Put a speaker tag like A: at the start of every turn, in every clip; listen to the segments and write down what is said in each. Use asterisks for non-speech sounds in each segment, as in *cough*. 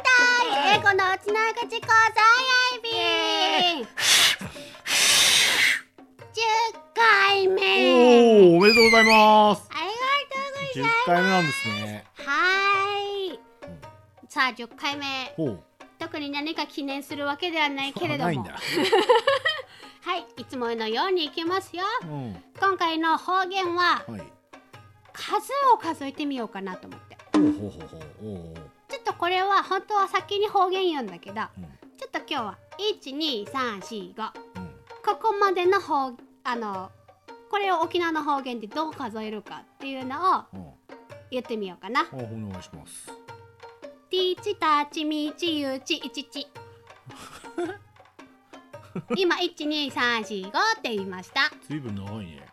A: 어찌나가 지커서야비10回目
B: おおおめでとうございます
A: あり
B: 10
A: がとうござい
B: 回目なんですね
A: ますはいさあ10回目
B: ほう
A: 特に何か記念するわけではないけれど
B: あないん
A: も
B: だ
A: はいいつものようにいきますよ
B: うん
A: 今回の方言は
B: はい
A: 数を数えてみようかなと思って
B: ほうほうほうほうおうおう
A: ちょっとこれは本当は先に方言言うんだけど、
B: うん
A: ちょっと今日は12345
B: うん
A: ここまでの方あのこれを沖縄の方言でどう数えるかっていうのを
B: うんあ
A: 言ってみようかな。
B: お願いします
A: ティーチタチミチユチイチ
B: *laughs*
A: チ。今一二三四五って言いました。
B: ずいぶん長いね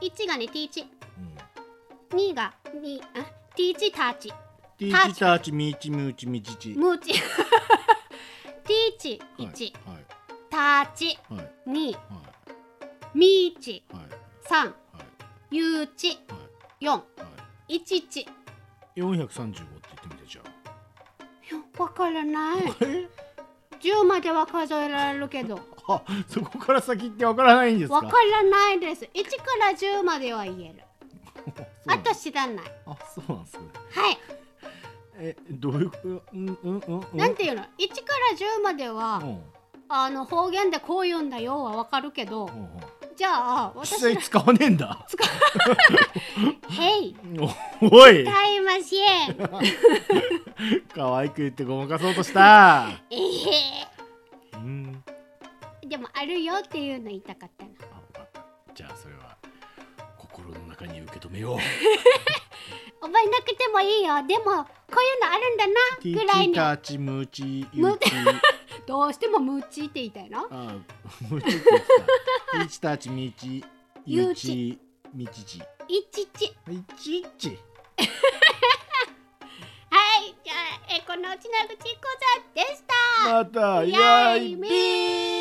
A: 一がねティーチ、
B: うん
A: 二がにあティーチタチ
B: ティ
A: タ
B: ーチターチミーチムーチミチチ
A: ムー
B: *laughs*
A: チ。ティーチ一、
B: はい
A: タチ
B: はいはい
A: 二、
B: はい
A: ミーチ
B: はい
A: 三、
B: はい
A: ユーチ
B: はい
A: 四、
B: はい
A: イチチ。
B: 435って言ってみてじゃあ
A: いやわからない。
B: え
A: 10までは数えられるけど
B: あ *laughs* そこから先ってわからないんですか
A: わからないです1から10までは言える
B: そうな
A: あ
B: ん
A: と知らない
B: あそうなんですね
A: はい
B: えどういううんうんうんうん
A: なんていうの1から10までは、
B: うんうん
A: あの方言でこう言うんだよはわかるけど、
B: うん
A: じゃあ
B: 実
A: 私
B: 際使わねえんだ
A: 「へい
B: お *laughs* おい
A: 使いません」
B: 可愛く言ってごまかそうとした
A: えへ
B: うん
A: でもあるよっていうの言いたかったな
B: あわかったじゃあそれは心の中に受け止めよう *laughs*
A: 覚えなくてもいいよでもこういうのあるんだな
B: ティー
A: ぐらい
B: チ
A: に
B: ターチムーチユ
A: ムー
B: ーチ
A: どうしてもムチって言いたいの
B: あムーチって言ってたティーチターチミーチユーチミチチ
A: いちち
B: いちいち
A: はいじゃあえこのうちなぐちこざでした
B: また
A: イエーイ
B: やいびー